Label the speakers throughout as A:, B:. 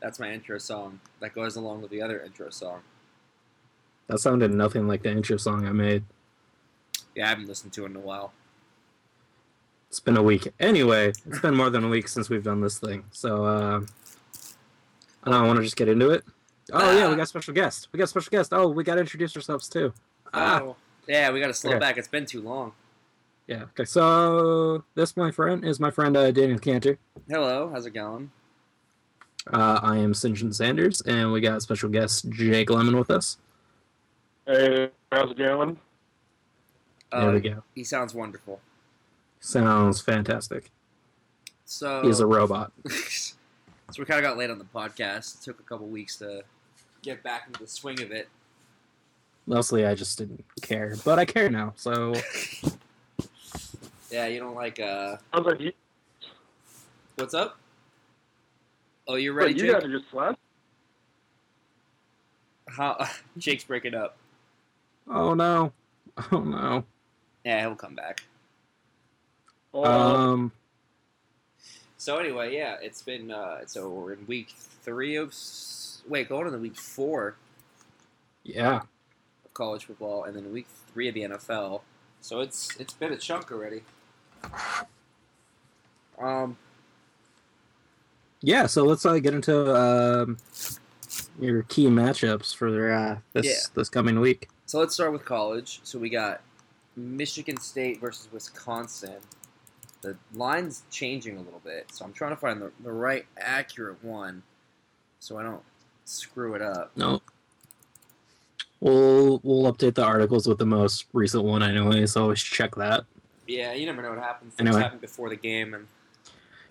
A: That's my intro song that goes along with the other intro song.
B: That sounded nothing like the intro song I made.
A: Yeah, I haven't listened to it in a while.
B: It's been a week. Anyway, it's been more than a week since we've done this thing. So, uh, I don't want to just get into it. Oh, yeah, we got a special guest. We got a special guest. Oh, we got to introduce ourselves, too. Ah,
A: Oh. Yeah, we gotta slow
B: Okay.
A: back. It's been too long.
B: yeah. Okay, so this, my friend, is my friend uh, Daniel Cantor.
A: Hello, how's it going?
B: Uh, I am St. John Sanders, and we got special guest Jake Lemon with us.
C: Hey, how's it going?
B: there
A: Uh,
B: we go.
A: he sounds wonderful.
B: Sounds fantastic.
A: So,
B: He's a robot.
A: so we kind of got late on the podcast. It took a couple weeks to get back into the swing of it.
B: Mostly I just didn't care, but I care now. So
A: Yeah, you don't like uh,
C: I was like, you,
A: what's up? Oh, you're
C: like,
A: ready,
C: you
A: Jake?
C: guys are just slapping.
A: How Jake's breaking up.
B: Oh no. Oh no.
A: Yeah, he'll come back.
C: Oh,
B: Um
A: So anyway, yeah, it's been uh, so we're in week three of s- wait, going into week four
B: yeah.
A: of college football, and then week three of the NFL. So it's it's been a chunk already. Um,
B: Yeah, so let's uh, get into um your key matchups for uh, this
A: Yeah.
B: this coming week.
A: so let's start with college. So we got Michigan State versus Wisconsin. The line's changing a little bit, so I'm trying to find the, the right accurate one, so I don't screw it up.
B: No. We'll we'll update the articles with the most recent one anyway, so always check that.
A: Yeah, you never know what happens. Things
B: Anyway.
A: happen before the game, and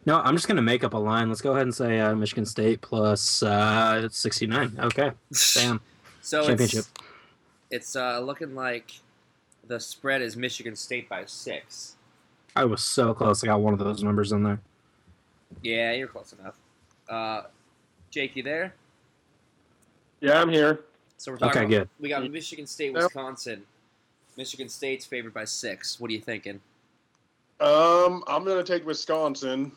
B: No, I'm just gonna make up a line. Let's go ahead and say uh, Michigan State plus uh, 69. Okay, damn
A: So
B: championship.
A: It's, it's uh, looking like the spread is Michigan State by six.
B: I was so close. I got one of those numbers in there.
A: Yeah, you're close enough. Uh, Jake, you there?
C: yeah, I'm here.
A: So we're talking.
B: Okay,
A: about-
B: good.
A: We got Michigan State,
C: Yep.
A: Wisconsin. Michigan State's favored by six. What are you thinking?
C: Um, I'm gonna take Wisconsin.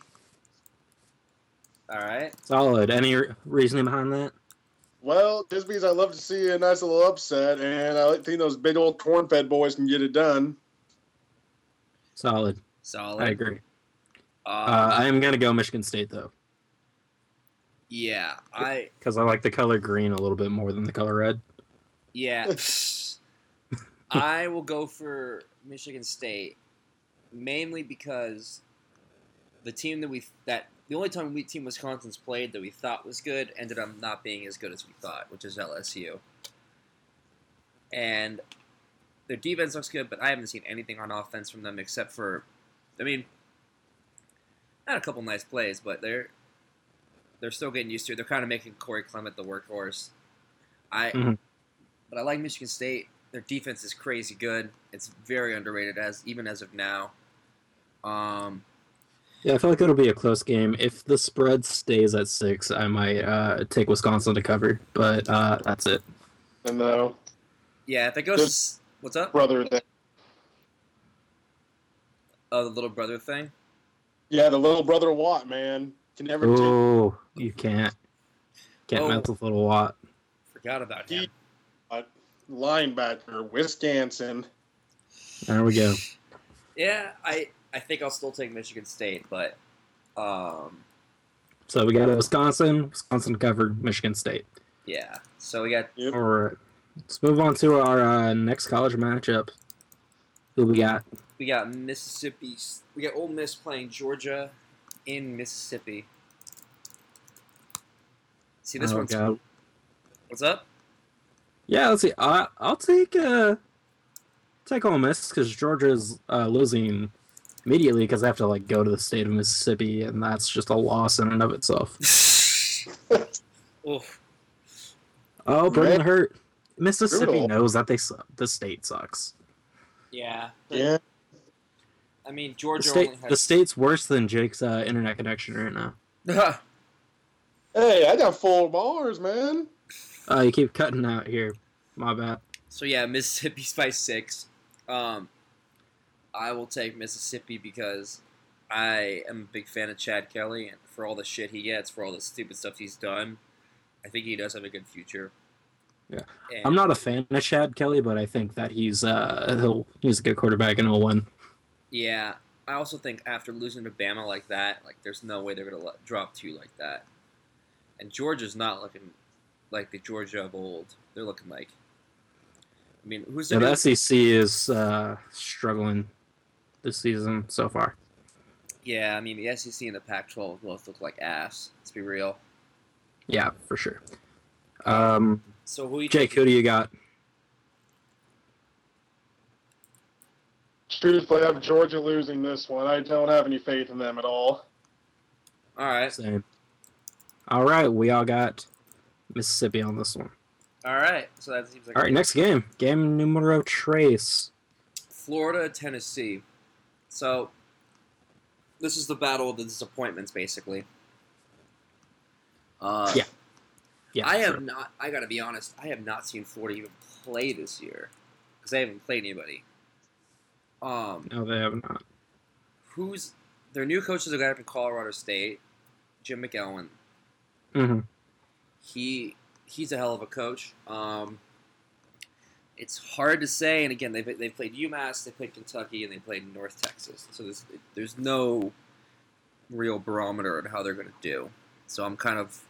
A: All right.
B: Solid. Any re- reasoning behind that?
C: Well, just because I love to see a nice little upset, and I like- think those big old corn-fed boys can get it done.
B: Solid.
A: Solid.
B: I agree.
A: Uh,
B: Uh, I am gonna go Michigan State though,
A: yeah. I.
B: because I like the color green a little bit more than the color red.
A: Yeah. I will go for Michigan State mainly because the team that we that the only time we team Wisconsin's played that we thought was good ended up not being as good as we thought, which is LSU. And their defense looks good, but I haven't seen anything on offense from them except for, I mean, not a couple nice plays, but they're they're still getting used to it. They're kind of making Corey Clement the workhorse. I,
B: Mhm.
A: but I like Michigan State. Their defense is crazy good. It's very underrated as even as of now. Um,
B: Yeah, I feel like it'll be a close game. If the spread stays at six, I might uh, take Wisconsin to cover, but uh, that's it.
C: And though,
A: yeah, if it goes, to s- what's up?
C: uh, brother, that,
A: Oh, the little brother thing.
C: yeah, the little brother Watt man can never. T-
B: Oh, you can't can't
A: Oh.
B: mess with little Watt.
A: Forgot about him.
C: He- linebacker Wisconsin.
B: There we go.
A: Yeah, I I think I'll still take Michigan State, but um,
B: So we got Wisconsin, Wisconsin covered, Michigan State.
A: yeah. So we got
C: Yep.
B: All right, let's move on to our uh, next college matchup. Who we got?
A: we got Mississippi. s- We got Ole Miss playing Georgia in Mississippi. See this
B: Oh,
A: one's
B: God.
A: what's up?
B: Yeah, let's see. I, I'll take uh, take Ole Miss because Georgia's uh, losing immediately because I have to like go to the state of Mississippi, and that's just a loss in and of itself.
A: Oof.
B: Oh, Brendan
C: Right.
B: Hurt. Mississippi
C: Brutal.
B: knows that they suck. The state sucks.
A: Yeah. but,
C: Yeah,
A: I mean
B: The,
A: Georgia
B: state,
A: only
B: the
A: has.
B: state's worse than Jake's uh, internet connection right now.
C: hey, I got full bars, man.
B: Uh, you keep cutting out here. My bad.
A: so yeah, Mississippi's by six. Um, I will take Mississippi because I am a big fan of Chad Kelly and for all the shit he gets, for all the stupid stuff he's done. I think he does have a good future.
B: Yeah.
A: And
B: I'm not a fan of Chad Kelly, but I think that he's uh he'll, he's a good quarterback and he'll win.
A: Yeah, I also think after losing to Bama like that, like there's no way they're gonna let, drop two like that. And Georgia's not looking like the Georgia of old. They're looking like, I mean, who's
B: Yeah,
A: their
B: the SEC E is uh, struggling this season so far.
A: yeah? I mean, the SEC and the Pac-12 both look like ass. Let's be real.
B: Yeah, for sure. Um,
A: So who you
B: Jake, who do you got?
C: Truthfully, I have Georgia losing this one. I don't have any faith in them at all.
A: All right,
B: Same. All right, we all got Mississippi on this one.
A: all right. So that seems like
B: All right, next game, game numero tres.
A: Florida, Tennessee. So this is the battle of the disappointments, basically. Uh,
B: Yeah. Yeah,
A: I have
B: sure.
A: not. I gotta be honest. I have not seen Florida even play this year because they haven't played anybody. Um,
B: No, they have not.
A: who's their new coach is a guy from Colorado State, Jim McElwain.
B: hmm
A: He he's a hell of a coach. Um, it's hard to say. And again, they they played UMass, they played Kentucky, and they played North Texas. So there's there's no real barometer on how they're going to do. So I'm kind of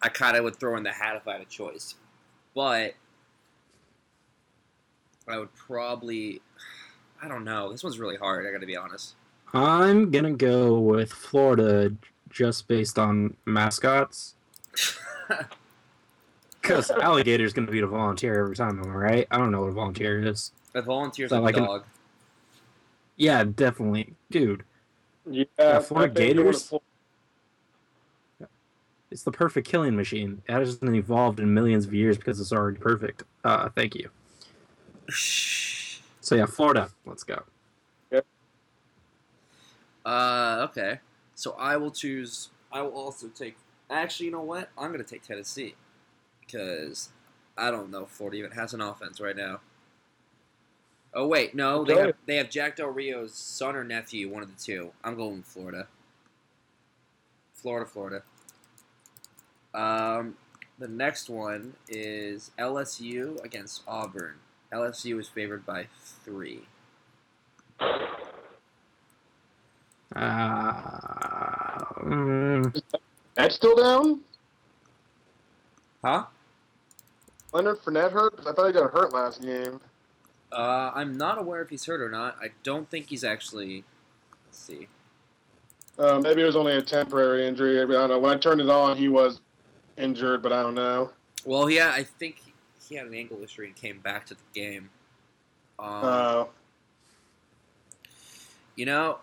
A: I kind of would throw in the hat if I had a choice, but I would probably I don't know. This one's really hard. I got to be honest.
B: I'm gonna go with Florida just based on mascots, because alligator's gonna beat a volunteer every time. Am I right? I don't know what a volunteer is.
A: I volunteer
B: So
A: for
B: like an-
A: dog.
B: Yeah, definitely, dude.
C: Yeah,
B: Yeah, Florida
C: I think Florida-
B: Gators? It's the perfect killing machine. It hasn't evolved in millions of years because it's already perfect. Uh, thank you. So yeah, Florida. Let's go.
A: Uh, okay. So I will choose. I will also take. Actually, you know what? I'm going to take Tennessee because I don't know if Florida even has an offense right now. Oh wait, no, they
C: Okay.
A: have they have Jack Del Rio's son or nephew, one of the two. I'm going with Florida. Florida, Florida. Um, the next one is LSU against Auburn. LSU is favored by three.
B: Uh, mm,
C: That's still down?
A: Huh?
C: Leonard Fournette hurt? 'Cause I thought he got hurt last game.
A: Uh, I'm not aware if he's hurt or not. I don't think he's actually. Let's see.
C: Uh, maybe it was only a temporary injury. I don't know. When I turned it on, he was injured, but I don't know.
A: Well, yeah, I think he- he had an ankle injury and came back to the game. Um,
B: Uh-huh.
C: Uh,
A: you know,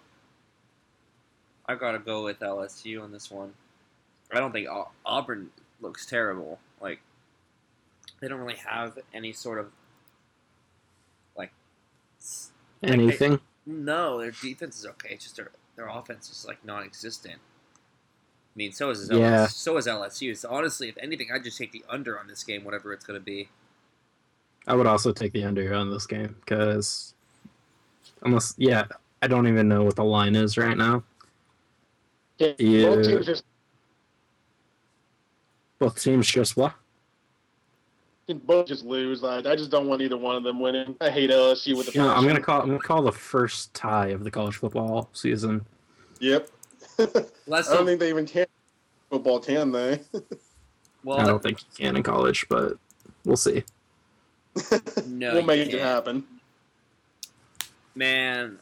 A: I gotta go with LSU on this one. I don't think Au- Auburn looks terrible. Like, they don't really have any sort of like. s-
B: anything?
A: No, their defense is okay. It's just their their offense is like non-existent. I mean, so is LSU,
B: Yeah.
A: so is LSU. So honestly, if anything, I would just take the under on this game, whatever it's going to be.
B: I would also take the under on this game because unless yeah, I don't even know what the line is right now.
C: yeah.
B: Yeah.
C: Both teams just
B: Both teams just what?
C: can both just lose. Like I just don't want either one of them winning. I hate LSU with the.
B: You know, I'm
C: passion.
B: gonna call. I'm gonna call the first tie of the college football season.
C: Yep.
A: Let's
C: I don't think they even can football, can they?
A: well,
B: I don't think you can in college, but we'll see.
A: no,
C: we'll
A: you
C: make it
A: can't.
C: happen.
A: Man,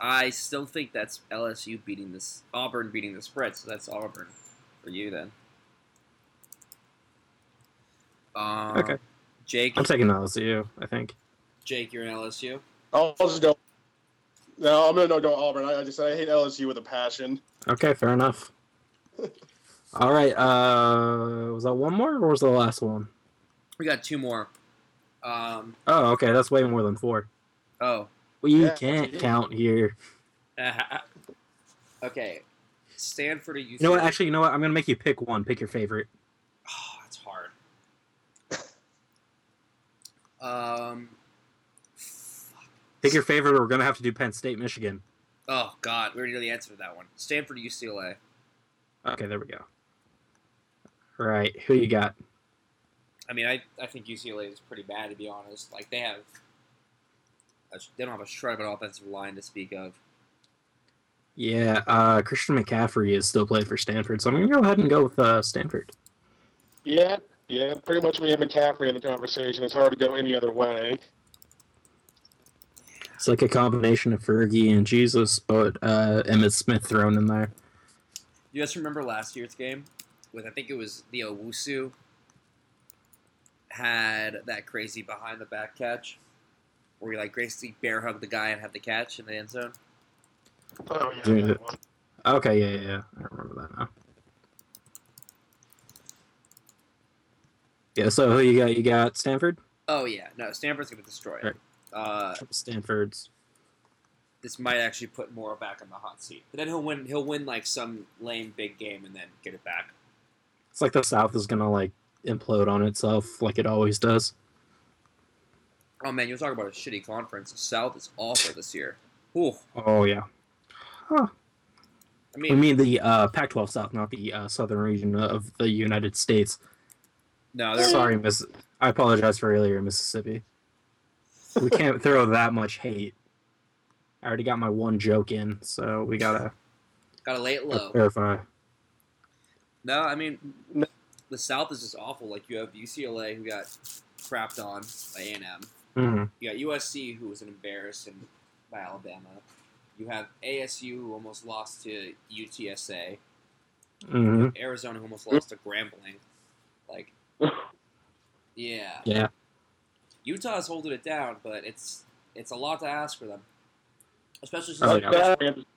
A: I still think that's LSU beating this Auburn beating the spread. So that's Auburn for you then. Um,
B: Okay.
A: Jake,
B: I'm taking LSU. I think.
A: Jake, you're in LSU.
C: I'll just go. No, I'm gonna no go Auburn. I, I just I hate LSU with a passion.
B: Okay, fair enough. All right. Uh, was that one more or was that the last one?
A: We got two more. Um,
B: Oh, okay. That's way more than four.
A: oh,
B: Well, you
C: Yeah,
B: can't
C: it is.
B: count here.
A: Uh-huh. okay. Stanford or UCLA?
B: You know what? Actually, you know what? I'm gonna make you pick one. Pick your favorite.
A: oh, it's hard. Um. fuck.
B: Pick your favorite. Or we're gonna have to do Penn State, Michigan.
A: Oh God, we already know the answer to that one. Stanford or UCLA?
B: Okay, there we go. All right, who you got?
A: I mean, I, I think UCLA is pretty bad to be honest. Like they have, a, they don't have a shred of an offensive line to speak of.
B: Yeah, uh, Christian McCaffrey is still playing for Stanford, so I'm gonna go ahead and go with uh, Stanford.
C: Yeah, yeah. Pretty much me and McCaffrey in the conversation. It's hard to go any other way.
B: It's like a combination of Fergie and Jesus, but uh, Emmett Smith thrown in there.
A: You guys remember last year's game with I think it was the Owusu had that crazy behind the back catch where he like gracefully bear hugged the guy and had the catch in the end zone.
C: Oh
B: Yeah. that Okay, yeah, yeah, yeah. I remember that now. Yeah, so who you got? You got Stanford.
A: Oh yeah, no, Stanford's gonna destroy it.
B: Right.
A: Uh,
B: Stanford's.
A: this might actually put Mora back on the hot seat, but then he'll win. He'll win like some lame big game and then get it back.
B: It's like the South is gonna like implode on itself, like it always does.
A: Oh man, you're talking about a shitty conference. The South is awful this year. Ooh,
B: Oh yeah.
A: I
B: I
A: mean,
B: mean the uh, Pac-12 South, not the uh, Southern region of the United States.
A: no, they're
B: Sorry, Miss. I apologize for earlier, Mississippi. We can't throw that much hate. I already got my one joke in, so we gotta
A: gotta lay it low.
B: verify.
A: No, I mean,
C: No.
A: the South is just awful. Like you have UCLA who got crapped on by A and M.
B: hmm
A: You got USC who was an embarrassment by Alabama. You have ASU who almost lost to UTSA.
B: hmm
A: Arizona who almost lost to Grambling. Like, yeah,
B: Yeah.
A: Utah's holding it down, but it's it's a lot to ask for them, especially since
B: Oh,
C: Like
B: yeah.
C: that, when you have to-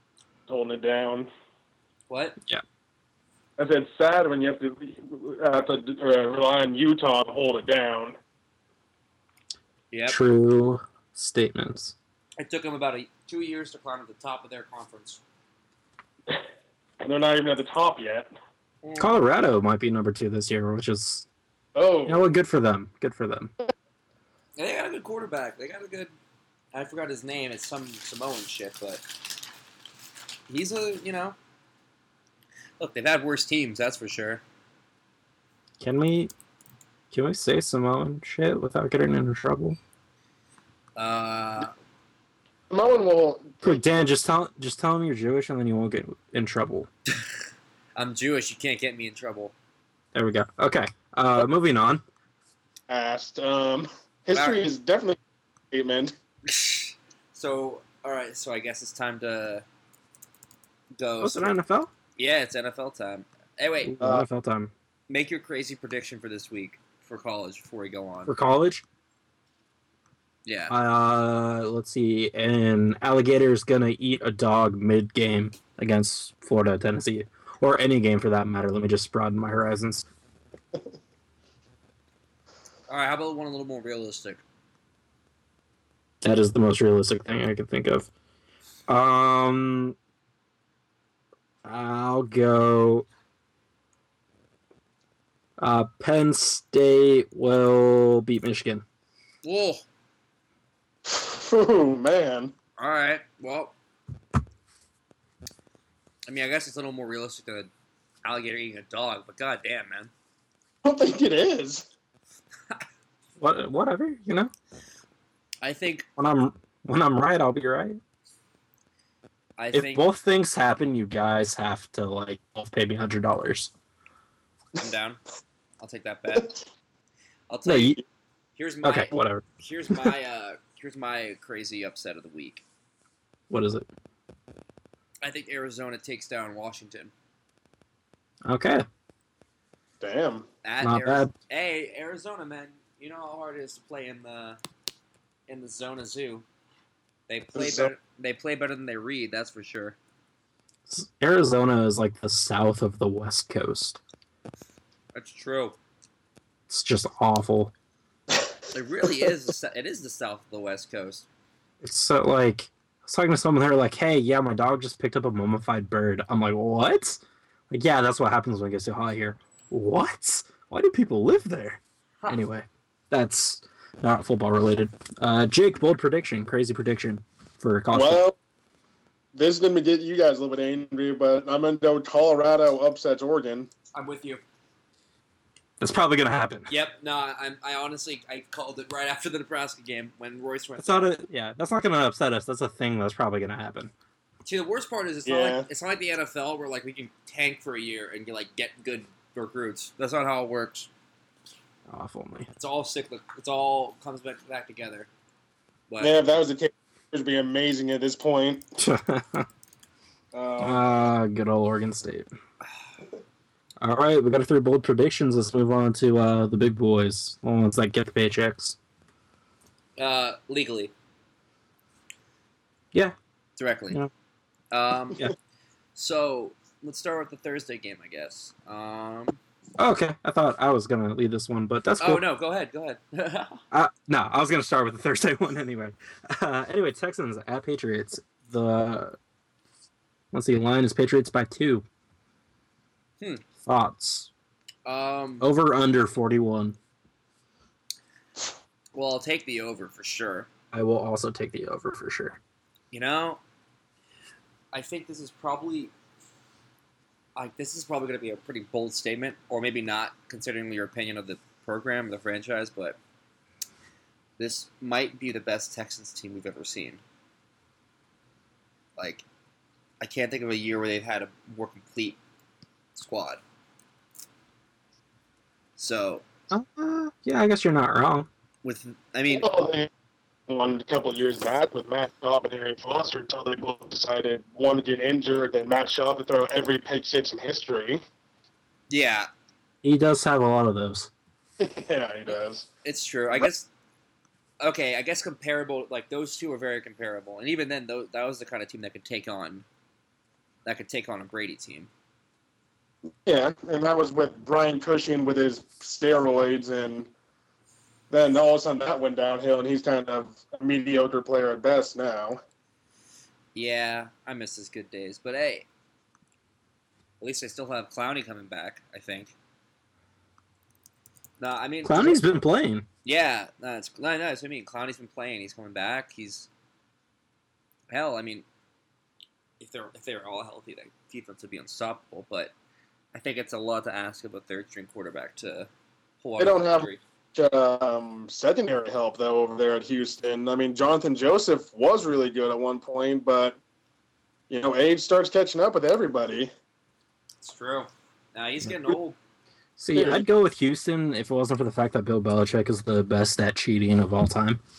C: holding it down.
A: what
C: I said sad when you have to have to uh, rely on Utah to hold it down.
A: Yep.
B: True statements.
A: It took them about a, two years to climb to the top of their conference.
C: They're not even at the top yet.
B: Colorado might be number two this year, which is
C: Oh,
B: you know what, good for them. Good for them.
A: And they got a good quarterback. They got a good. I forgot his name. It's some Samoan shit, but he's a you know. Look, they've had worse teams, that's for sure.
B: Can we? Can we say Samoan shit without getting into trouble?
A: Uh,
C: Samoan will.
B: Quick, Dan, just tell just tell him you're Jewish, and then you won't get in trouble.
A: I'm Jewish. You can't get me in trouble.
B: There we go. Okay. Uh, moving on.
C: asked. Um, history
A: Alright.
C: is definitely a statement.
A: so, all right. So I guess it's time to go.
B: Oh, it's an NFL.
A: yeah, it's NFL time. Hey, wait.
C: Uh,
B: NFL time
A: Make your crazy prediction for this week for college before we go on.
B: for college.
A: Yeah.
B: Uh, let's see. An alligator is gonna eat a dog mid-game against Florida, Tennessee, or any game for that matter. Let me just broaden my horizons.
A: All right. How about one a little more realistic?
B: That is the most realistic thing I could think of. Um, I'll go. Uh, Penn State will beat Michigan.
A: Whoa.
C: Oh man,
A: All right. Well, I mean, I guess it's a little more realistic than an alligator eating a dog, but goddamn, man.
C: I don't think it is.
B: What, whatever you know.
A: I think
B: When I'm when I'm right, I'll be right.
A: I
B: if
A: think
B: both things happen, you guys have to like both pay me hundred dollars.
A: I'm down. I'll take that bet. I'll
B: No,
A: tell you.
B: you,
A: Here's my
B: okay, whatever.
A: here's my uh here's my crazy upset of the week.
B: What is it?
A: I think Arizona takes down Washington.
B: Okay,
C: Damn.
A: At
B: Not
A: Ariz-
B: bad.
A: Hey, Arizona, man. You know how hard it is to play in the in the Zona Zoo. They play
C: Zo-
A: better. They play better than they read. That's for sure.
B: S- Arizona is like the south of the West Coast.
A: That's true.
B: It's just awful.
A: It really is. The, sou- it is the south of the West Coast.
B: It's so like I was talking to someone. They're like, "Hey, yeah, my dog just picked up a mummified bird." I'm like, "What?" Like, yeah, that's what happens when it gets too hot here. What? Why do people live there?
A: Huh.
B: Anyway, that's not football related. Uh, Jake, bold prediction, crazy prediction for college. football.
C: Well, this is gonna get you guys a little bit angry, but I'm gonna go Colorado upsets Oregon.
A: I'm with you.
B: That's probably gonna happen.
A: Yep. No, I, I honestly I called it right after the Nebraska game when Royce went.
B: That's not a yeah. That's not gonna upset us. That's a thing that's probably gonna happen.
A: See, the worst part is it's not
C: Yeah.
A: like it's not like the NFL where like we can tank for a year and get, like get good recruits. That's not how it works.
B: Oh, if only.
A: It's all cyclic. It's all comes back back together. But
C: Man, if that was the case, it would be amazing at this point. Uh,
B: Ah, good old Oregon State. All right, we got through bold predictions. Let's move on to uh, the big boys, the ones that get the paychecks.
A: uh, legally,
B: Yeah,
A: directly.
B: Yeah.
A: Um,
B: Yeah.
A: So let's start with the Thursday game, I guess. Um,
B: Oh, Okay, I thought I was gonna lead this one, but that's cool.
A: oh no, go ahead, go ahead.
B: Uh, no, I was gonna start with the Thursday one anyway. Uh, anyway, Texans at Patriots. The let's see, line is Patriots by two.
A: Hmm.
B: Thoughts
A: um,
B: over under forty one.
A: Well, I'll take the over for sure.
B: I will also take the over for sure.
A: You know, I think this is probably like this is probably going to be a pretty bold statement, or maybe not, considering your opinion of the program, the franchise. But this might be the best Texans team we've ever seen. Like, I can't think of a year where they've had a more complete squad. So,
B: Uh, yeah, I guess you're not wrong.
A: with I mean,
C: well, they won a Oh, couple of years back with Matt Schaub and Harry Foster until they both decided one to get injured, then Matt Schaub to throw every pick six in history.
A: yeah,
B: He does have a lot of those.
C: yeah, he does.
A: It's true. I guess. Okay, I guess comparable. Like those two are very comparable, and even then, though, that was the kind of team that could take on, that could take on a Brady team.
C: Yeah, and that was with Brian Cushing with his steroids, and then all of a sudden that went downhill, and he's kind of a mediocre player at best now.
A: Yeah, I miss his good days, but hey, at least I still have Clowney coming back. I think. No, I mean
B: Clowney's been playing.
A: Yeah, no, it's, no, no, that's what I mean. Clowney's been playing. He's coming back. He's hell. I mean, if they're if they're all healthy, that defense would be unstoppable. But I think it's a lot to ask of a third string quarterback to pull out.
C: They don't
A: of
C: have-
A: injury.
C: Um, secondary help though over there at Houston. I mean, Jonathan Joseph was really good at one point, but you know, age starts catching up with everybody.
A: It's true. Now he's getting old.
B: See,
C: Yeah.
B: I'd go with Houston if it wasn't for the fact that Bill Belichick is the best at cheating of all time.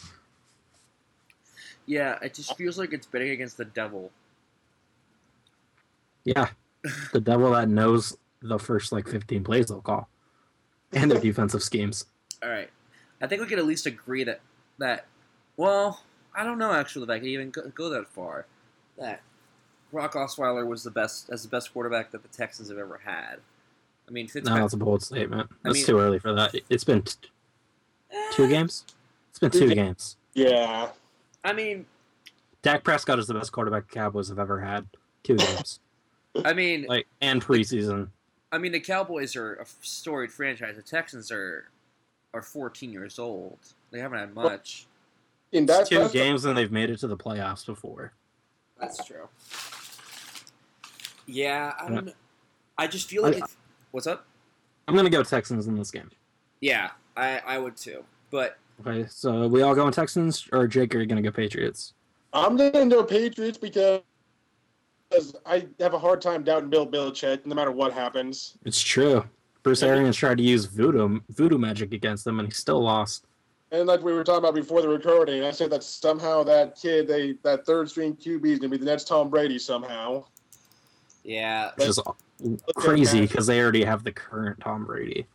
A: Yeah, it just feels like it's betting against the devil.
B: Yeah, the devil that knows the first like 15 plays they'll call, and their defensive schemes.
A: All right, I think we could at least agree that that. Well, I don't know actually if I could even go, go that far. That Brock Osweiler was the best as the best quarterback that the Texans have ever had. I mean,
B: No,
A: Fitzpatrick.
B: that's a bold statement.
A: I
B: That's
A: mean-
B: too early for that. It's been t-
A: Eh,
B: two games. It's been two
C: Yeah.
B: games.
C: Yeah,
A: I mean,
B: Dak Prescott is the best quarterback the Cowboys have ever had. Two games,
A: I mean,
B: like and preseason.
A: I mean, the Cowboys are a storied franchise. The Texans are are 14 years old. They haven't had much.
C: in
B: It's
C: that
B: two games and they've made it to the playoffs before.
A: That's true. Yeah, I
B: Yeah.
A: don't. know. I just feel
B: I-
A: like it's, what's up.
B: I'm gonna go Texans in this game.
A: Yeah, I I would too, but.
B: Okay, so we all going Texans or Jake? Are you gonna go Patriots?
C: I'm gonna go Patriots because I have a hard time doubting Bill Belichick, no matter what happens.
B: It's true. Bruce Arians tried to use voodoo voodoo magic against them and he still lost.
C: And like we were talking about before the recording, I said that somehow that kid, they that third string QB is gonna be the next Tom Brady somehow.
A: Yeah,
B: which is crazy because they already have the current Tom Brady.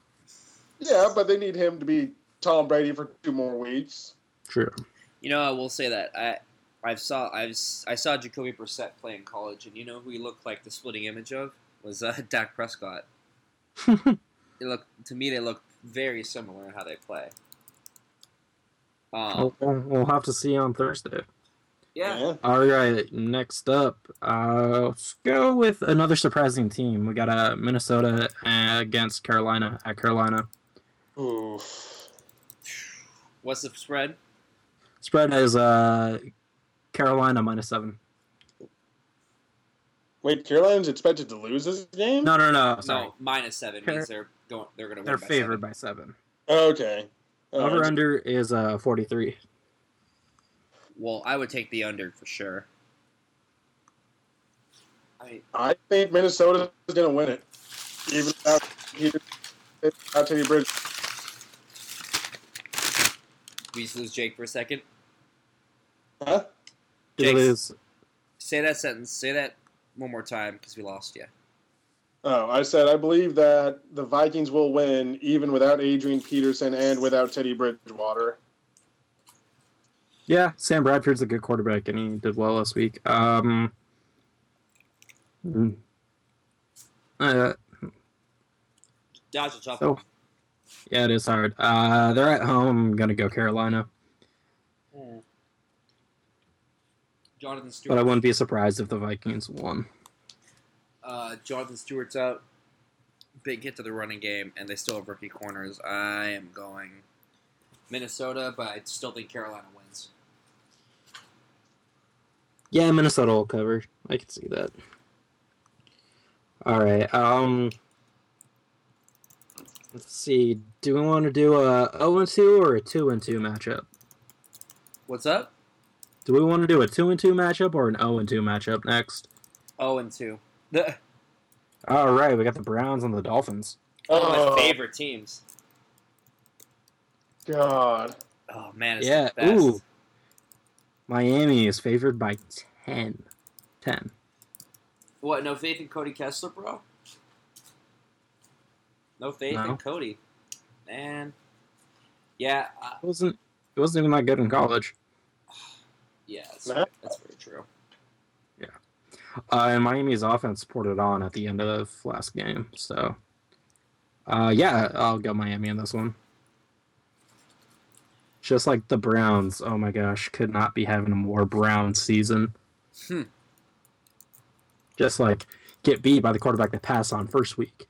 C: Yeah, but they need him to be Tom Brady for two more weeks.
B: True.
A: You know, I will say that I, I've saw I've s- I saw Jacoby Brissett play in college, and you know who he looked like the splitting image of was uh, Dak Prescott. It looked to me they look very similar in how they play. Um,
B: We'll, we'll- we'll have to see on Thursday.
A: yeah,
B: All right, next up, uh, let's go with another surprising team. We got uh, Minnesota uh, against Carolina at Carolina.
C: Yeah. Oof.
A: what's the spread?
B: Spread is uh, Carolina minus seven.
C: Wait, Carolina's expected to lose this game?
B: No, no, no. Oh, Sorry.
A: No, minus seven means they're going. They're going to.
B: They're
A: win by
B: favored
A: seven.
B: by seven.
C: Okay. Uh,
B: Over under is uh 43.
A: Well, I would take the under for sure. I
C: I think Minnesota is going to win it, even without Peter- without Teddy Bridge.
A: we just lose Jake for a second.
C: Huh?
B: It
A: Jake's-
B: is
A: Say that sentence. Say that one more time because we lost you.
C: Oh, I said I believe that the Vikings will win even without Adrian Peterson and without Teddy Bridgewater.
B: Yeah, Sam Bradford's a good quarterback, and he did well last week. Um, mm. uh,
A: Dodge the chop.
B: so, yeah, it is hard. Uh, they're at home. I'm gonna go Carolina,
A: Mm. Jonathan
B: but I
A: Stewart.
B: wouldn't be surprised if the Vikings won.
A: Uh, Jonathan Stewart's out. Big hit to the running game, and they still have rookie corners. I am going Minnesota, but I still think Carolina wins.
B: Yeah, Minnesota will cover. I can see that. All right. Um, let's see. Do we want to do a 0 and 2 or a 2 and 2 matchup?
A: What's up?
B: Do we want to do a 2 and 2 matchup or an 0 and 2 matchup next?
A: Oh and two. The
B: All right, we got the Browns and the Dolphins.
A: one of
C: Oh,
A: my favorite teams.
C: God.
A: Oh man, it's
B: Yeah,
A: the best.
B: ooh. Miami is favored by 10. 10.
A: What? No faith in Cody Kessler, bro? No faith
B: No.
A: in Cody, man. Yeah, uh,
B: It wasn't it wasn't even that good in college.
A: yeah, that's,
C: No.
A: that's very true.
B: Uh, and Miami's offense poured it on at the end of last game. So, uh, yeah, I'll go Miami in this one. Just like the Browns. Oh my gosh, could not be having a more Brown season.
A: Hmm.
B: Just like get beat by the quarterback they pass on first week,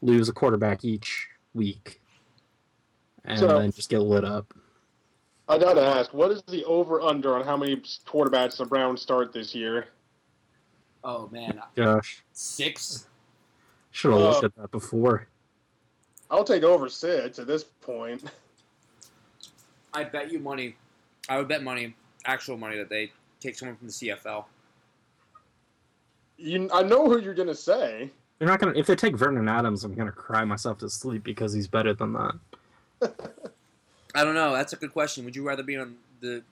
B: lose a quarterback each week, and
C: So-
B: then just get lit up.
C: I gotta ask, what is the over under on how many quarterbacks the Browns start this year?
A: Oh man,
B: Gosh,
A: six.
B: should have
C: Oh.
B: looked at that before.
C: I'll take over six at this point.
A: I bet you money. I would bet money, actual money, that they take someone from the CFL.
C: You, I know who you're gonna say.
B: They're not gonna. If they take Vernon Adams, I'm gonna cry myself to sleep because he's better than that.
A: I don't know. That's a good question. Would you rather be on the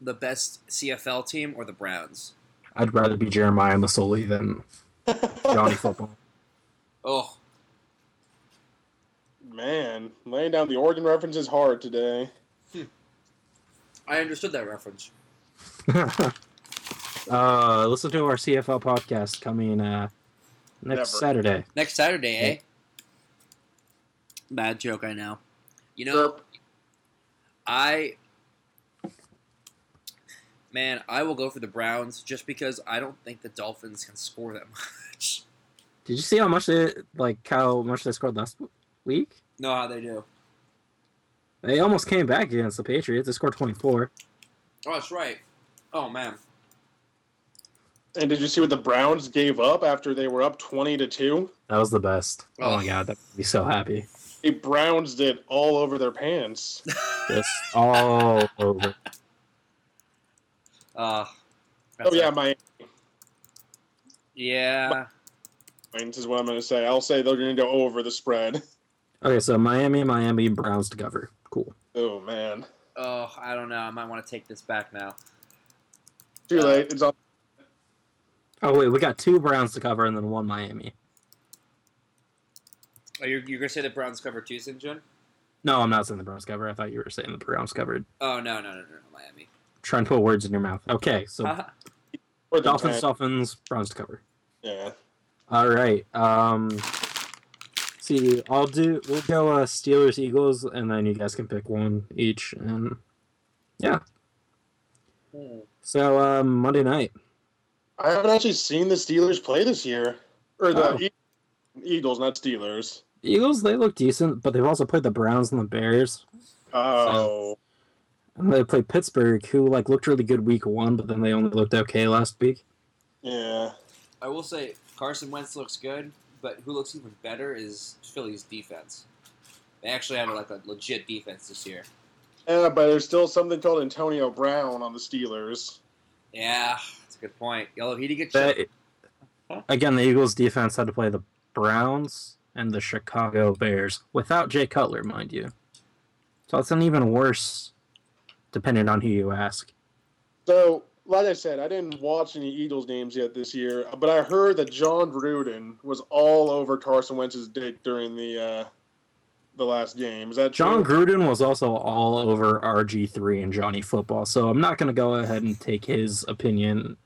A: the best CFL team or the Browns?
B: I'd rather be Jeremiah Masoli than Johnny Football.
A: Oh,
C: Man, laying down the Oregon reference is hard today.
A: I understood that reference.
B: uh, listen to our CFL podcast coming uh, next
C: Never.
B: Saturday.
A: Next Saturday, eh? Bad joke, I know. You know,
C: Burp.
A: I man, I will go for the Browns just because I don't think the Dolphins can score that much.
B: Did you see how much they like how much they scored last week?
A: no, how they do.
B: They almost came back against the Patriots. They scored 24.
A: Oh, that's right. Oh man,
C: And did you see what the Browns gave up after they were up twenty to two?
B: That was the best. Oh, my
A: Oh.
B: god, that would be so happy.
C: The Browns did all over their pants.
B: Just all over.
A: uh,
C: oh
A: that's
C: yeah,
A: it.
C: my
A: yeah.
C: points is what I'm gonna say. I'll say they're gonna go over the spread.
B: Okay, so Miami, Miami, Browns to cover. Cool.
C: Oh man,
A: Oh, I don't know. I might want to take this back now.
C: too
A: Uh,
C: late. It's all.
B: Oh wait, we got two Browns to cover and then one Miami.
A: Oh, you're, you're gonna say the Browns cover too, Sinjin?
B: No, I'm not saying the Browns cover. I thought you were saying the Browns covered.
A: Oh no, no, no, no, no Miami.
B: Trying to put words in your mouth. Okay, so
C: for the
B: Dolphins,
C: time.
B: Dolphins, Browns to cover.
C: Yeah.
B: All right. Um, see, I'll do. We'll go uh, Steelers, Eagles, and then you guys can pick one each. And
A: Hmm.
B: so um, Monday night.
C: I haven't actually seen the Steelers play this year, or the
B: Oh.
C: E- Eagles, not Steelers.
B: Eagles, they look decent, but they've also played the Browns and the Bears.
C: Oh,
B: And they played Pittsburgh, who like looked really good week one, but then they only looked okay last week.
C: yeah.
A: I will say Carson Wentz looks good, but who looks even better is Philly's defense. They actually have like a legit defense this year.
C: Yeah, but there's still something called Antonio Brown on the Steelers.
A: Yeah, that's a good point. Yellow Heat, he get
B: That,
A: Huh?
B: Again, the Eagles defense had to play the Browns and the Chicago Bears without Jay Cutler, mind you. So it's an even worse, depending on who you ask.
C: So, like I said, I didn't watch any Eagles games yet this year, but I heard that John Gruden was all over Carson Wentz's dick during the uh, the last game. Is that
B: John
C: true?
B: Gruden was also all over RG3 and Johnny Football, so I'm not going to go ahead and take his opinion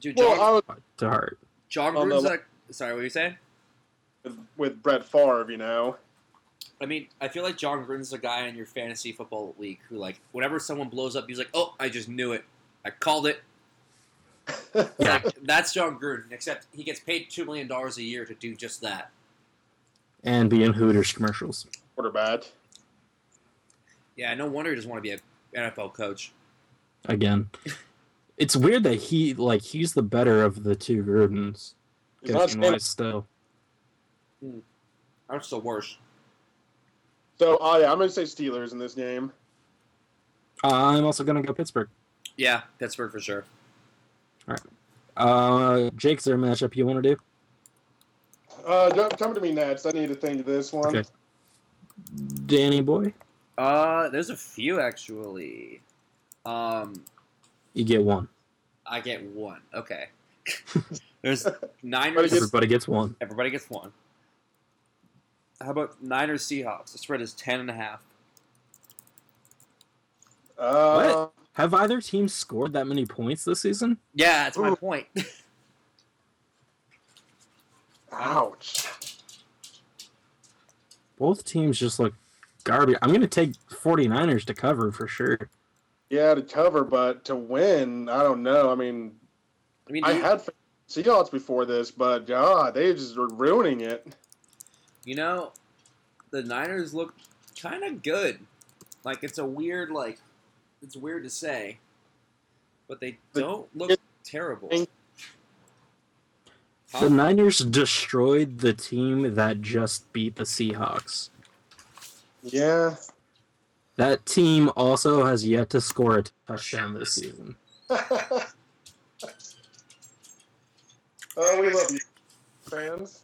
A: Dude, John,
C: Well, I was
B: to heart.
A: John
C: on the
A: Gruden's
C: le-
A: like. Sorry, what were you saying?
C: with- with Brett Favre, you know.
A: I mean, I feel like John Gruden's the guy in your fantasy football league who, like, whenever someone blows up, he's like, "Oh, I just knew it. I called it."
B: Yeah.
A: Like, that's John Gruden. Except he gets paid two million dollars a year to do just that.
B: And be in Hooters commercials.
C: Quarterback.
A: Yeah, no wonder he doesn't want to be an NFL coach.
B: again. It's weird that he like he's the better of the two Grudens.
C: He's not
B: coaching wise still.
A: That's the worst.
C: So, oh yeah, I'm gonna say Steelers in this game.
B: I'm also gonna go Pittsburgh.
A: Yeah, Pittsburgh for sure.
B: Uh, Jake's their matchup you want to do?
C: Uh, don't come to me next. I need to think of this one.
B: Okay. Danny boy,
A: Uh, there's a few actually. Um,
B: you get one.
A: I get one. Okay. there's Niners.
C: Everybody gets-
B: Everybody gets one.
A: Everybody gets one. How about Niners Seahawks? The spread is ten and a half.
C: Uh,
B: Have either team scored that many points this season?
A: Yeah, that's my
C: Ooh.
A: point.
C: Ouch.
B: Both teams just look garbage. I'm gonna take 49ers to cover for sure.
C: Yeah, to cover, but to win, I don't know. I mean,
A: I mean,
C: I
A: you,
C: had Seahawks before this, but God, they just are ruining it.
A: you know, the Niners look kind of good. Like it's a weird, like it's weird to say, but they
C: The-
A: don't look
C: it-
A: terrible.
C: I-
A: Huh?
B: The Niners destroyed the team that just beat the Seahawks.
C: Yeah.
B: That team also has yet to score a touchdown this season.
C: oh, we love you, fans.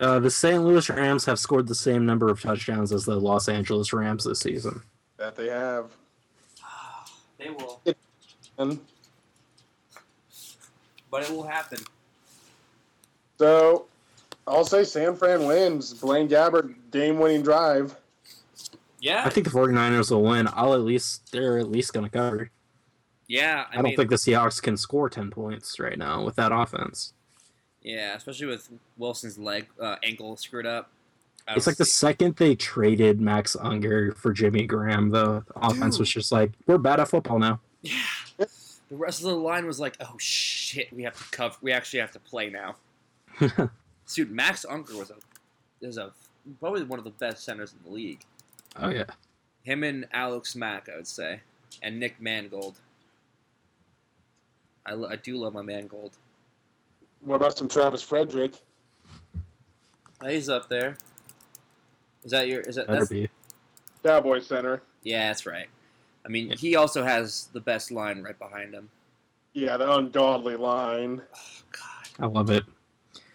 B: Uh, the St. Louis Rams have scored the same number of touchdowns as the Los Angeles Rams this season.
C: That they have.
A: they will,
C: And
A: but it will happen.
C: so, I'll say San Fran wins. Blaine Gabbert game-winning drive.
A: Yeah,
B: I think the 49ers will win. I'll at least they're at least going to cover.
A: yeah. I,
B: I, don't
A: mean,
B: think the Seahawks can score 10 points right now with that offense.
A: Yeah, especially with Wilson's leg uh, ankle screwed up. I
B: It's
A: don't
B: like the
A: see-
B: second they traded Max Unger for Jimmy Graham, the offense was just like, we're bad at football now.
A: Yeah. The rest of the line was like, oh shit, we have to cover. We actually have to play now. Dude, Max Unker was a is a probably one of the best centers in the league.
B: Oh yeah.
A: Him and Alex Mack, I would say, and Nick Mangold. I, lo- I do love my Mangold.
C: What about some Travis Frederick?
A: He's up there. Is that your? Is that
B: Better
A: that's,
B: be.
C: Cowboy center.
A: yeah? That's right. I mean,
B: Yeah.
A: he also has the best line right behind him.
C: Yeah, the ungodly line.
A: Oh God.
B: I love it.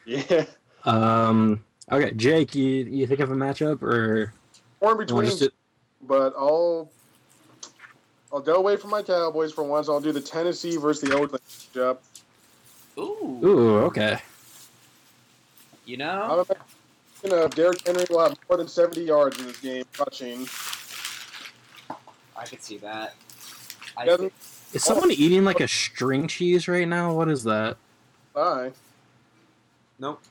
C: Yeah.
B: Um okay, Jake, you, you think of a matchup or
C: Or in
B: you wanna
C: between,
B: just do-
C: but I'll I'll go away from my Cowboys for once. I'll do the Tennessee versus the Oakland matchup.
A: Ooh.
B: Ooh, okay.
A: You know.
C: I'm imagining uh, Derrick Henry will have more than 70 yards in this game rushing.
A: I could see that. I
C: Yeah,
A: think,
B: Is someone eating like a string cheese right now? What is that?
C: Bye.
A: nope.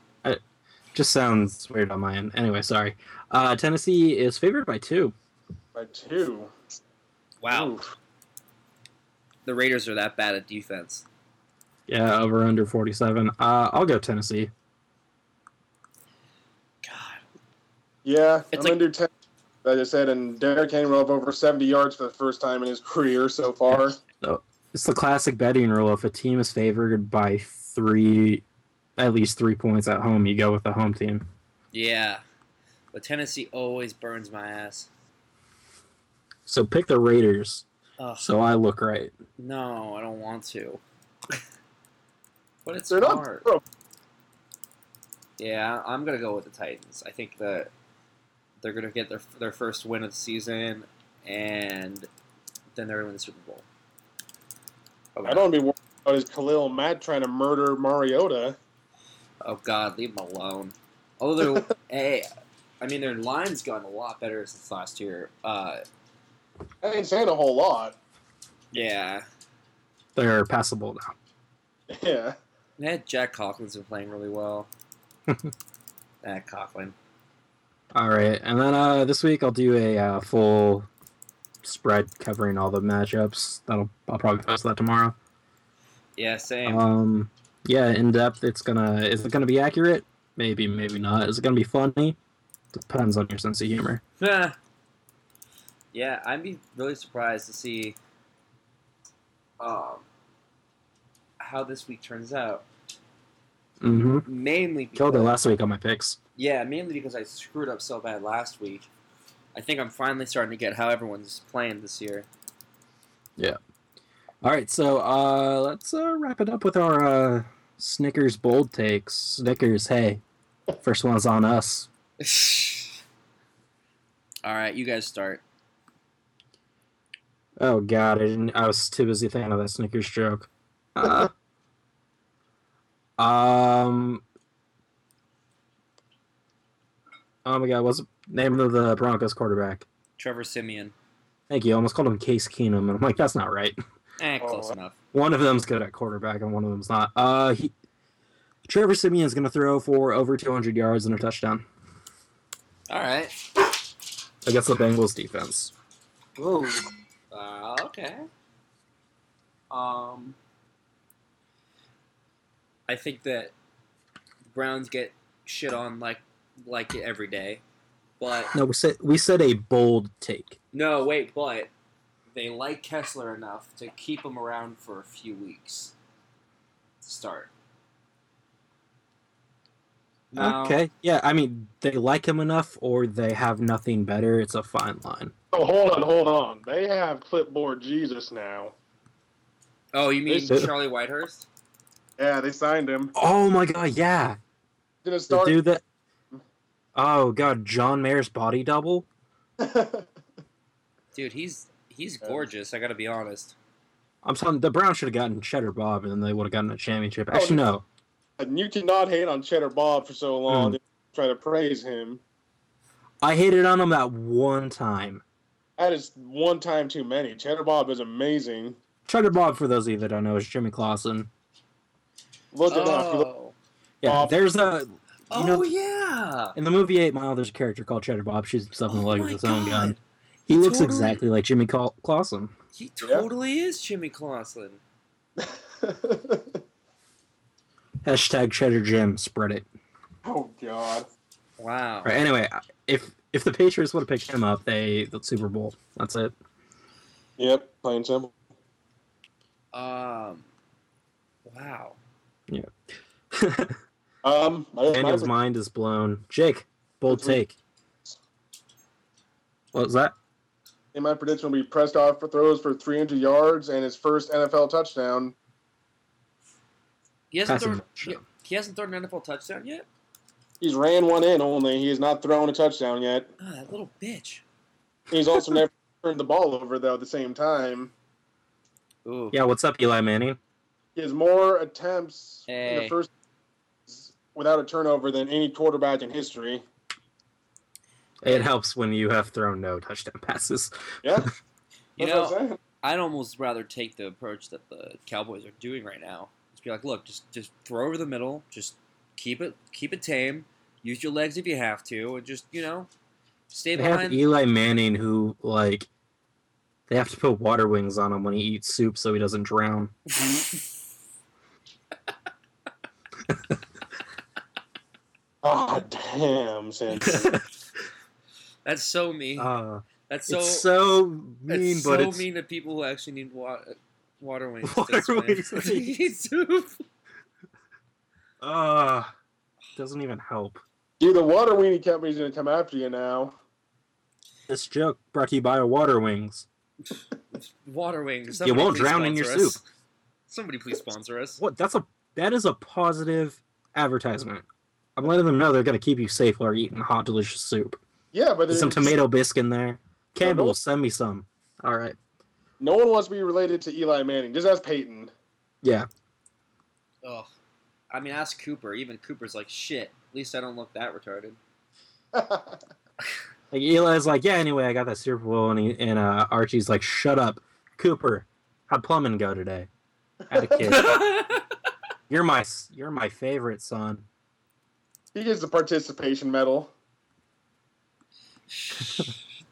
B: Just sounds weird on my end. Anyway, sorry. Uh, Tennessee is favored by two.
C: By two.
A: Wow.
C: Oof.
A: The Raiders are that bad at defense.
B: Yeah, over under 47. Uh, I'll go Tennessee.
A: God.
C: Yeah,
A: It's
C: I'm
A: like-
C: going to do 10, like I said, and Derrick Henry will have over 70 yards for the first time in his career so far.
B: It's the classic betting rule. If a team is favored by three at least three points at home, you go with the home team.
A: Yeah, but Tennessee always burns my ass.
B: So pick the Raiders.
A: Ugh,
B: So I look right.
A: no, I don't want to. but it's
C: They're not
A: hard.
C: terrible.
A: Yeah, I'm gonna go with the Titans. I think that they're gonna get their their first win of the season, and then they're gonna win the Super Bowl.
C: I don't be worried about is Khalil Matt trying to murder Mariota.
A: Oh God, leave them alone. Although, they're- hey, I mean their line's gotten a lot better since last year. Uh,
C: I ain't saying a whole lot.
A: yeah,
B: They're passable now.
C: Yeah.
A: yeah. Jack Coughlin's been playing really well. Ah, That Coughlin.
B: All right, and then uh, this week I'll do a uh, full spread covering all the matchups. That'll I'll probably post that tomorrow.
A: Yeah, same.
B: Um, yeah, in depth. It's gonna is it gonna be accurate? Maybe, maybe not. Is it gonna be funny? Depends on your sense of humor.
A: Nah. yeah, I'd be really surprised to see um, how this week turns out.
B: Mm-hmm.
A: Mainly because
B: Killed it last week on my picks.
A: Yeah, mainly because I screwed up so bad last week. I think I'm finally starting to get how everyone's playing this year.
B: All right, so uh, let's uh, wrap it up with our uh, Snickers bold takes. Snickers, hey, first one's on us.
A: All right, you guys start.
B: Oh God, I didn't. I was too busy thinking of that Snickers joke. Uh, um. Oh my God, what's the name of the Broncos quarterback?
A: Trevor Simeon.
B: Thank you. I almost called him Case Keenum, and I'm like, that's not right.
A: Eh,
C: Oh,
A: close
C: I-
A: enough.
B: One of them's good at quarterback, and one of them's not. Uh, he, Trevor Simeon's going to throw for over 200 yards and a touchdown
A: All right.
B: against the Bengals defense.
A: Whoa. Uh, okay. Um, I think that the Browns get shit on like like it every day, but
B: No, we said we said a bold take.
A: no, wait, but they like Kessler enough to keep him around for a few weeks to start. Now-
B: Okay, yeah, I mean they like him enough, or they have nothing better. It's a fine line.
C: Oh, hold on, hold on. They have clipboard Jesus now.
A: Oh, you mean
B: They-
A: Charlie Whitehurst?
C: Yeah, they signed him.
B: Oh my god, yeah.
C: Gonna
B: The
C: start.
B: dude that Oh god, John Mayer's body double?
A: Dude, he's he's gorgeous. I gotta be honest.
B: I'm telling the Browns should have gotten Cheddar Bob and then they would have gotten a championship.
C: Oh,
B: Actually no.
C: and you cannot hate on Cheddar Bob for so
A: Hmm.
C: long. Try to praise him.
B: I hated on him that one time.
C: That is one time too many. Cheddar Bob is amazing.
B: Cheddar Bob for those of you that don't know is Jimmy Clausen.
C: Look it up.
B: Yeah,
C: Bob.
B: there's a
A: Oh,
B: You know-
A: yeah.
B: in the movie Eight Mile there's a character called Cheddar Bob shoots himself in the
A: Oh
B: leg
A: my
B: with his own
A: God.
B: gun. He,
A: He
B: looks
A: totally-
B: exactly like Jimmy Cla- Clausen.
A: He
C: Yeah.
A: totally is Jimmy Clausen. Oh.
B: Hashtag Cheddar Jim, spread it.
C: oh God.
A: Wow.
B: All right, anyway, if if the Patriots would have picked him up, they the Super Bowl. That's it.
C: Yep. Plain simple.
A: Um. Wow.
C: Um. I,
B: Daniel's
C: I-
B: mind is blown. Jake, bold take. What was that?
C: in my prediction, will be pressed off for throws for 300 yards and his first NFL touchdown.
A: He hasn't
B: Passive
A: thrown. He,
B: touchdown.
A: he hasn't thrown an NFL touchdown yet.
C: He's ran one in only. He has not thrown a touchdown yet.
A: Ah, that little bitch.
C: He's also never turned the ball over though. At the same time,
A: Ooh.
B: Yeah, what's up, Eli Manning?
C: he has more attempts in
A: Hey.
C: the first without a turnover than any quarterback in history.
B: It helps when you have thrown no touchdown passes.
C: Yeah,
A: You
C: that's
A: know,
C: what I'm saying.
A: I'd almost rather take the approach that the Cowboys are doing right now. Just be like, look, just just throw over the middle, just keep it keep it tame, use your legs if you have to, and just you know, stay
B: They have
A: behind.
B: Eli Manning who like they have to put water wings on him when he eats soup so he doesn't drown.
C: Oh damn, Samson.
A: That's so mean.
B: Uh,
A: That's so
B: it's so mean,
A: that's
B: but
A: so
B: it's
A: mean to people who actually need water water wings.
B: Water
A: to swim.
B: wings.
A: They need soup.
B: Uh, doesn't even help.
C: Dude, the water weenie company's gonna come after you now.
B: This joke brought to you by Water Wings.
A: Water wings.
B: You won't
A: please
B: drown in
A: sponsor
B: your
A: us. Somebody please sponsor us.
B: What? That's a that is a positive advertisement. I'm letting them know they're gonna keep you safe while you're eating hot, delicious soup.
C: Yeah, but
B: There's some
C: it's-
B: tomato bisque in there. Campbell,
C: no.
B: send me some. All right.
C: No one wants to be related to Eli Manning. Just ask Peyton.
B: Yeah.
A: Ugh. I mean, ask Cooper. Even Cooper's like, shit. At least I don't look that retarded.
B: Like Eli's like, yeah. Anyway, I got that Super Bowl, and he, and uh, Archie's like, shut up, Cooper. How'd plumbing go today? Had a kid. you're my s- you're my favorite son.
C: he gets the participation medal.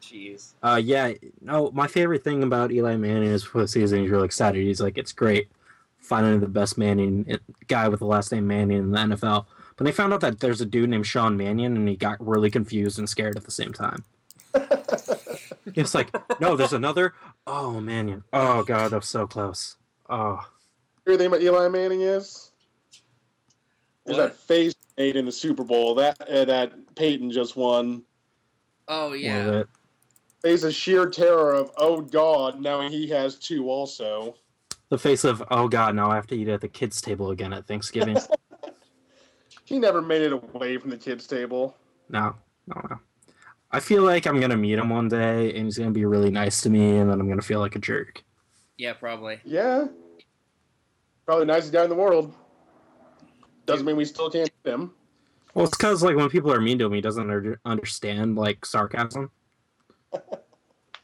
A: Jeez.
B: Uh, yeah. No, my favorite thing about Eli Manning is for the season. He's really excited. He's like, it's great finding the best Manning eh, guy with the last name Manning in the NFL. But they found out that there's a dude named Sean Mannion, and he got really confused and scared at the same time. He was like, no, there's another. Oh, Mannion. Oh, God, that was so close. Oh,
C: Your thing about Eli Manning is there's
A: What?
C: that face made in the Super Bowl that uh, that Peyton just won.
A: Oh yeah.
B: love it.
C: Face a sheer terror of oh god. Now he has two also.
B: The face of, oh, God, now I have to eat at the kids' table again at Thanksgiving.
C: He never made it away from the kids' table.
B: No, no, no. I feel like I'm gonna meet him one day, and he's gonna be really nice to me, and then I'm gonna feel like a jerk.
A: Yeah, probably.
C: Yeah, probably the nicest guy in the world. Doesn't mean we still can't beat him.
B: Well, it's because like when people are mean to him, he doesn't under- understand like sarcasm.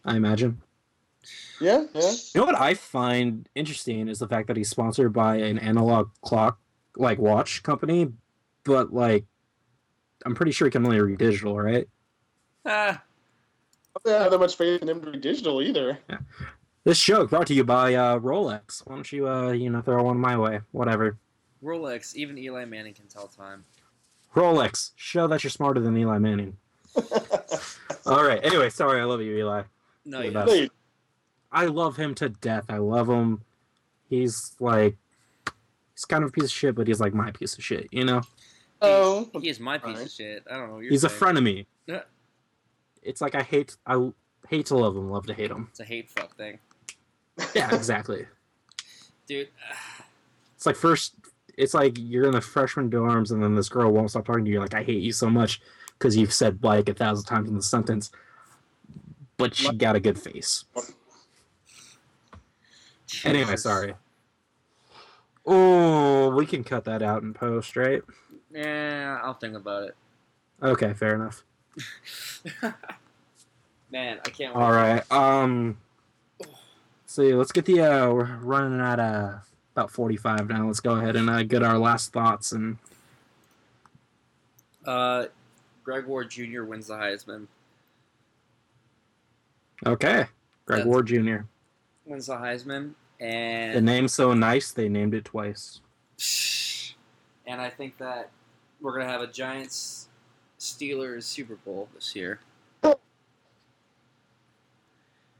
B: I imagine.
C: Yeah, yeah.
B: You know what I find interesting is the fact that he's sponsored by an analog clock, like watch company, but like I'm pretty sure he can only read digital, right?
A: Ah,
C: I don't have that much faith in him to be digital either.
B: This joke brought to you by uh, Rolex. Why don't you, uh, you know, throw one my way? Whatever.
A: Rolex. Even Eli Manning can tell time.
B: Rolex, show that you're smarter than Eli Manning. All right. Anyway, sorry. I love you, Eli.
A: No,
B: Oh, Yeah,
A: you
B: that's-
A: don't.
C: Dude,
B: I love him to death. I love him. He's like, he's kind of a piece of shit, but he's like my piece of shit. You know,
C: oh,
A: He is my piece
C: Alright.
A: of shit. I don't know. What you're
B: he's a
A: saying.
B: frenemy.
A: Yeah.
B: It's like I hate, I hate to love him, love to hate him.
A: It's a hate fuck thing,
B: Yeah, exactly.
A: dude. ah,
B: it's like first, it's like you're in the freshman dorms, and then this girl won't stop talking to you. You're like, I hate you so much because you've said like a thousand times in the sentence, but she got a good face. Anyway,
A: Jesus.
B: sorry. Oh, we can cut that out in post, right?
A: Nah, I'll think about it.
B: Okay, fair enough.
A: Man, I can't. Wait.
B: All right. Um. See, let's get the. Uh, we're running at uh, about forty-five now. Let's go ahead and uh, get our last thoughts. And
A: Uh, Greg Ward Jr. wins the Heisman.
B: okay,
A: That's-
B: Greg Ward Jr.
A: Wins the Heisman,
B: The
A: and
B: name's so nice they named it twice.
A: and I think that we're gonna have a Giants Steelers Super Bowl this year.
C: oh,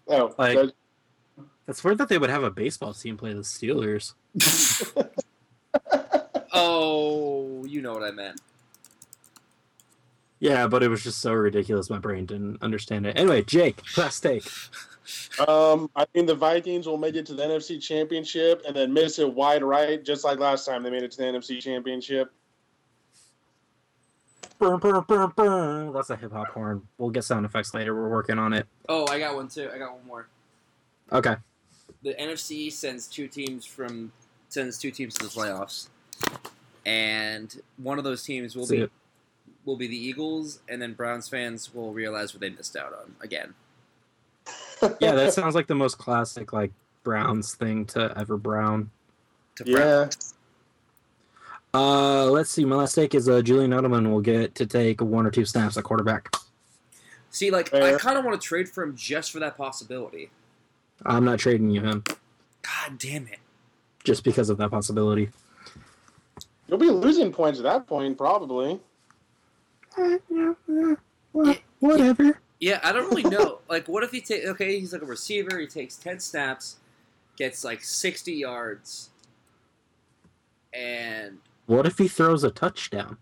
B: Like-
C: that-
B: That's weird that they would have a baseball team play the Steelers.
A: Oh, you know what I meant.
B: Yeah, but it was just so ridiculous. My brain didn't understand it. Anyway, Jake, last take.
C: Um, I think the Vikings will make it to the NFC Championship and then miss it wide right, just like last time they made it to the NFC Championship.
B: Burr, burr, burr, burr. That's a hip hop horn. We'll get sound effects later. We're working on it.
A: Oh, I got one too. I got one more.
B: Okay.
A: The NFC sends two teams from sends two teams to the playoffs, and one of those teams will
B: see
A: be
B: it.
A: will be the Eagles, and then Browns fans will realize what they missed out on again.
B: yeah, that sounds like the most classic like Browns thing to ever Brown.
A: To Browns.
C: yeah.
B: Uh, let's see. My last take is uh, Julian Edelman will get to take one or two snaps at quarterback.
A: See, like I
C: Fair.
A: kind of want to trade for him just for that possibility.
B: I'm not trading you him
A: God damn it!
B: just because of that possibility.
C: You'll be losing points at that point, probably.
B: whatever.
A: Yeah, I don't really know. like, what if he takes? Okay, he's like a receiver. He takes ten snaps, gets like sixty yards, and
B: What if he throws a touchdown?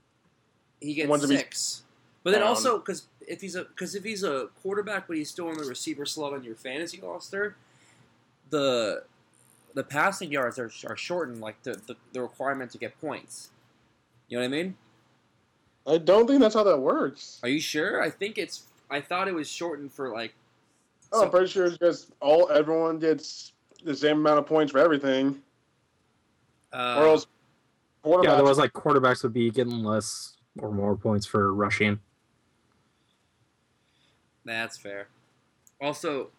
A: He gets
C: Ones that we-
A: six. But then
C: Um,
A: also because if he's a because if he's a quarterback, but he's still in the receiver slot on your fantasy roster, the the passing yards are, are shortened, like the, the the requirement to get points. You know what I mean?
C: I don't think that's how that works.
A: Are you sure? I think it's. I thought it was shortened for like.
C: Oh, I'm pretty sure it's just all everyone gets the same amount of points for everything,
A: uh,
C: or else
B: yeah,
C: quarterbacks.
B: otherwise, like quarterbacks would be getting less or more points for rushing.
A: That's fair. Also,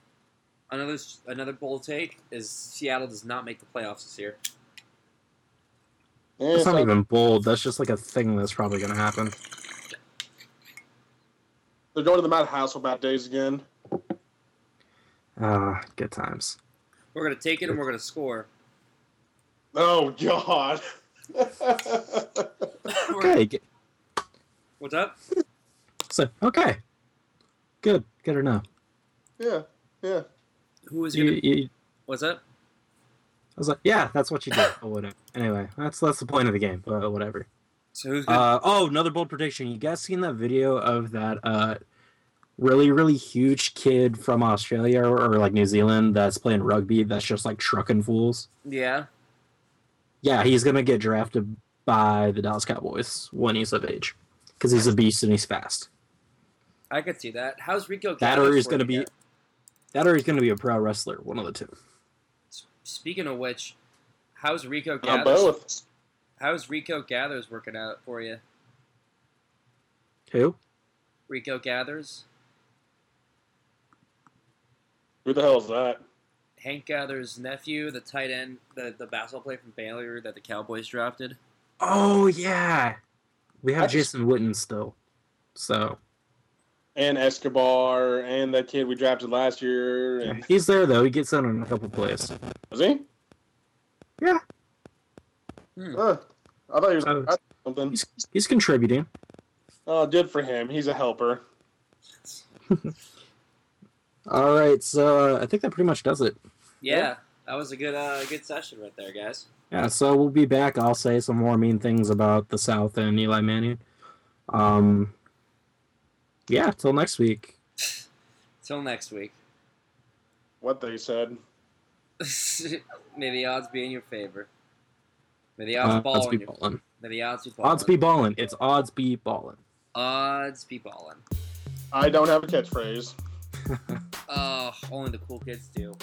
A: another another bold take is Seattle does not make the playoffs this year.
C: Yeah,
B: That's
C: it's
B: not
C: not-
B: even bold. That's just like a thing that's probably going to happen.
C: they're going to the Matt Hasselback days again.
B: Ah, good times.
A: We're gonna take it and we're gonna score.
C: Oh God.
A: We're-
B: Okay. g-
A: What's up?
B: So, okay. Good. Good or no?
C: yeah, yeah.
A: Who is
B: You,
A: gonna?
B: you,
A: What's up?
B: I was like, yeah, that's what you do. or whatever. Anyway, that's that's the point of the game. But whatever.
A: So who's gonna?
B: Uh, oh, another bold prediction. You guys seen that video of that uh, really, really huge kid from Australia or, or like New Zealand that's playing rugby that's just like trucking fools?
A: yeah.
B: Yeah, he's going to get drafted by the Dallas Cowboys when he's of age because he's a beast and he's fast.
A: I could see that. How's Rico?
B: That
A: Gabbard
B: or he's
A: for
B: going to
A: you
B: be.
A: yet?
B: That or he's going to be a pro wrestler, one of the two.
A: S- Speaking of which, how's Rico?
C: Uh,
A: Gathers,
C: both.
A: How's Rico Gathers working out for you?
B: Who?
A: Rico Gathers,
C: Who the hell is that?
A: Hank Gathers' nephew, the tight end, the the basketball player from Baylor that the Cowboys drafted.
B: Oh yeah, we have
C: I just-
B: Jason Witten still. So
C: And Escobar and that kid we drafted last year. And
B: he's there though. He gets in on a couple plays.
C: was he?
B: Yeah.
A: Hmm.
C: Huh. I thought he was
B: Oh.
C: something.
B: He's he's contributing.
C: Oh, good for him. He's a helper.
B: All right, so uh, I think that pretty much does it.
A: Yeah, that was a good uh, good session right there, guys.
B: Yeah, so we'll be back. I'll say some more mean things about the South and Eli Manning. Um, yeah, till next week.
A: Till next week.
C: What they said.
A: May the odds be in your favor. May the odds
B: Uh,
A: ball
B: odds
A: in
B: be
A: your
B: ballin'.
A: May the odds be ballin'.
B: Odds be ballin'. It's odds be ballin'.
A: odds be ballin'.
C: I don't have a catchphrase.
A: Oh, only the cool kids do.